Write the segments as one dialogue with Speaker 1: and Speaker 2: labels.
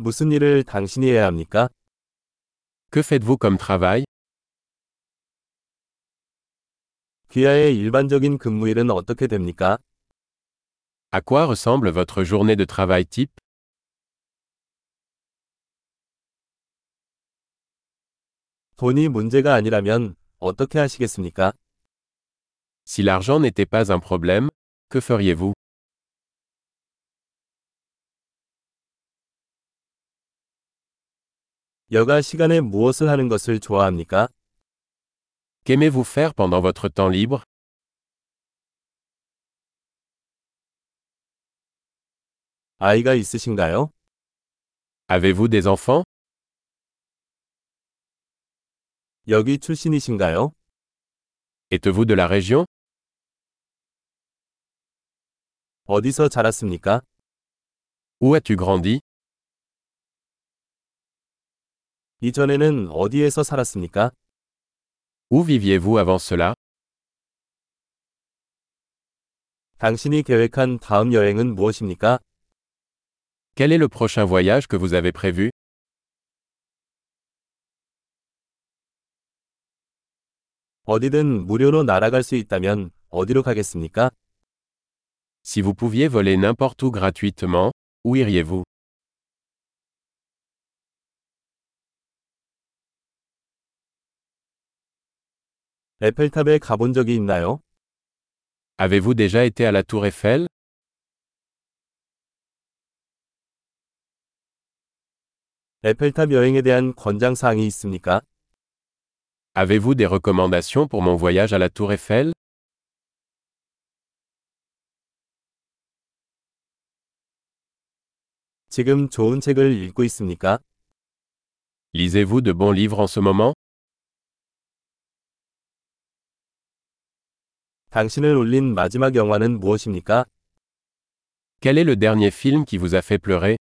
Speaker 1: 무슨 일을 당신이 해야 합니까?
Speaker 2: Que faites-vous comme travail
Speaker 1: 귀하의 일반적인 근무일은 어떻게 됩니까?
Speaker 2: À quoi ressemble votre journée de travail type
Speaker 1: 돈이 문제가 아니라면 어떻게 하시겠습니까?
Speaker 2: Si l'argent n'était pas un problème, que feriez-vous
Speaker 1: 여가 시간에 무엇을 하는 것을 좋아합니까?
Speaker 2: Qu'aimez-vous faire pendant votre temps libre
Speaker 1: 아이가 있으신가요?
Speaker 2: Avez-vous des enfants
Speaker 1: 여기 출신이신가요?
Speaker 2: Êtes-vous de la région
Speaker 1: 어디서 자랐습니까?
Speaker 2: Où as-tu grandi
Speaker 1: 이전에는 어디에서 살았습니까?
Speaker 2: Où viviez-vous avant cela
Speaker 1: 당신이 계획한 다음 여행은 무엇입니까?
Speaker 2: Quel est le prochain voyage que vous avez prévu
Speaker 1: 어디든 무료로 날아갈 수 있다면 어디로 가겠습니까?
Speaker 2: Si vous pouviez voler n'importe où gratuitement, où iriez-vous
Speaker 1: 에펠탑에 가본 적이 있나요?
Speaker 2: Avez-vous déjà été à la tour Eiffel
Speaker 1: 에펠탑 여행에 대한 권장사항이 있습니까?
Speaker 2: Avez-vous des recommandations pour mon voyage à la tour Eiffel
Speaker 1: 지금 좋은 책을 읽고 있습니까?
Speaker 2: Lisez-vous de bons livres en ce moment
Speaker 1: 당신을 울린 마지막 영화는 무엇입니까?
Speaker 2: Quel est le dernier film qui vous a fait pleurer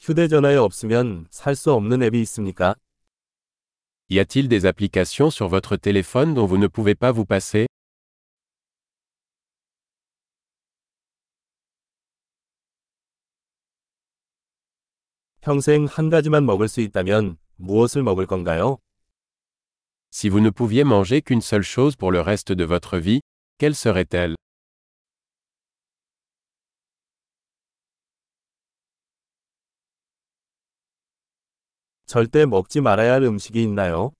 Speaker 1: 휴대전화에 없으면 살 수 없는 앱이 있습니까?
Speaker 2: Y a-t-il des applications sur votre téléphone dont vous ne pouvez pas vous passer
Speaker 1: 평생 한 가지만 먹을 수 있다면 무엇을 먹을 건가요?
Speaker 2: Si vous ne pouviez manger qu'une seule chose pour le reste de votre vie, quelle serait-elle
Speaker 1: 절대 먹지 말아야 할 음식이 있나요?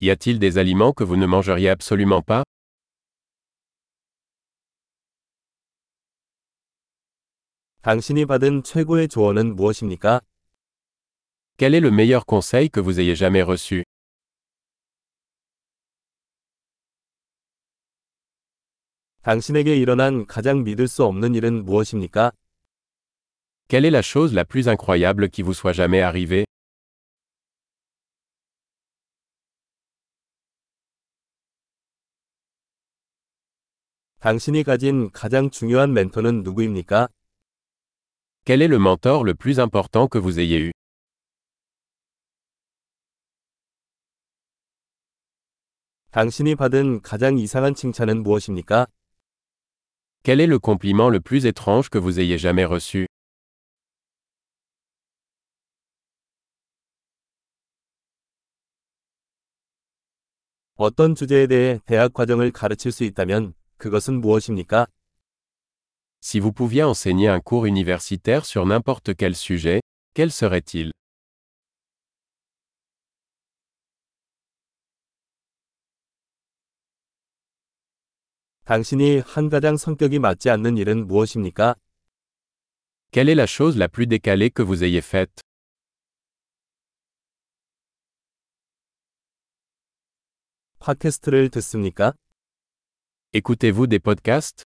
Speaker 2: Y a-t-il des aliments que vous ne mangeriez absolument pas
Speaker 1: 당신이 받은 최고의 조언은 무엇입니까?
Speaker 2: Quel est le meilleur conseil que vous ayez jamais reçu
Speaker 1: 당신에게 일어난 가장 믿을 수 없는 일은 무엇입니까?
Speaker 2: Quelle est la chose la plus incroyable qui vous soit jamais arrivée
Speaker 1: 당신이 가진 가장 중요한 멘토는 누구입니까?
Speaker 2: Quel est le mentor le plus important que vous ayez eu
Speaker 1: 당신이 받은 가장 이상한 칭찬은 무엇입니까?
Speaker 2: Quel est le compliment le plus étrange que vous ayez jamais reçu
Speaker 1: 어떤 주제에 대해 대학 과정을 가르칠 수 있다면 그것은 무엇입니까?
Speaker 2: Si vous pouviez enseigner un cours universitaire sur n'importe quel sujet, quel serait-il
Speaker 1: 당신이 한 가장 성격이 맞지 않는 일은 무엇입니까?
Speaker 2: Quelle est la chose la plus décalée que vous ayez faite
Speaker 1: 팟캐스트를 듣습니까?
Speaker 2: Écoutez-vous des podcasts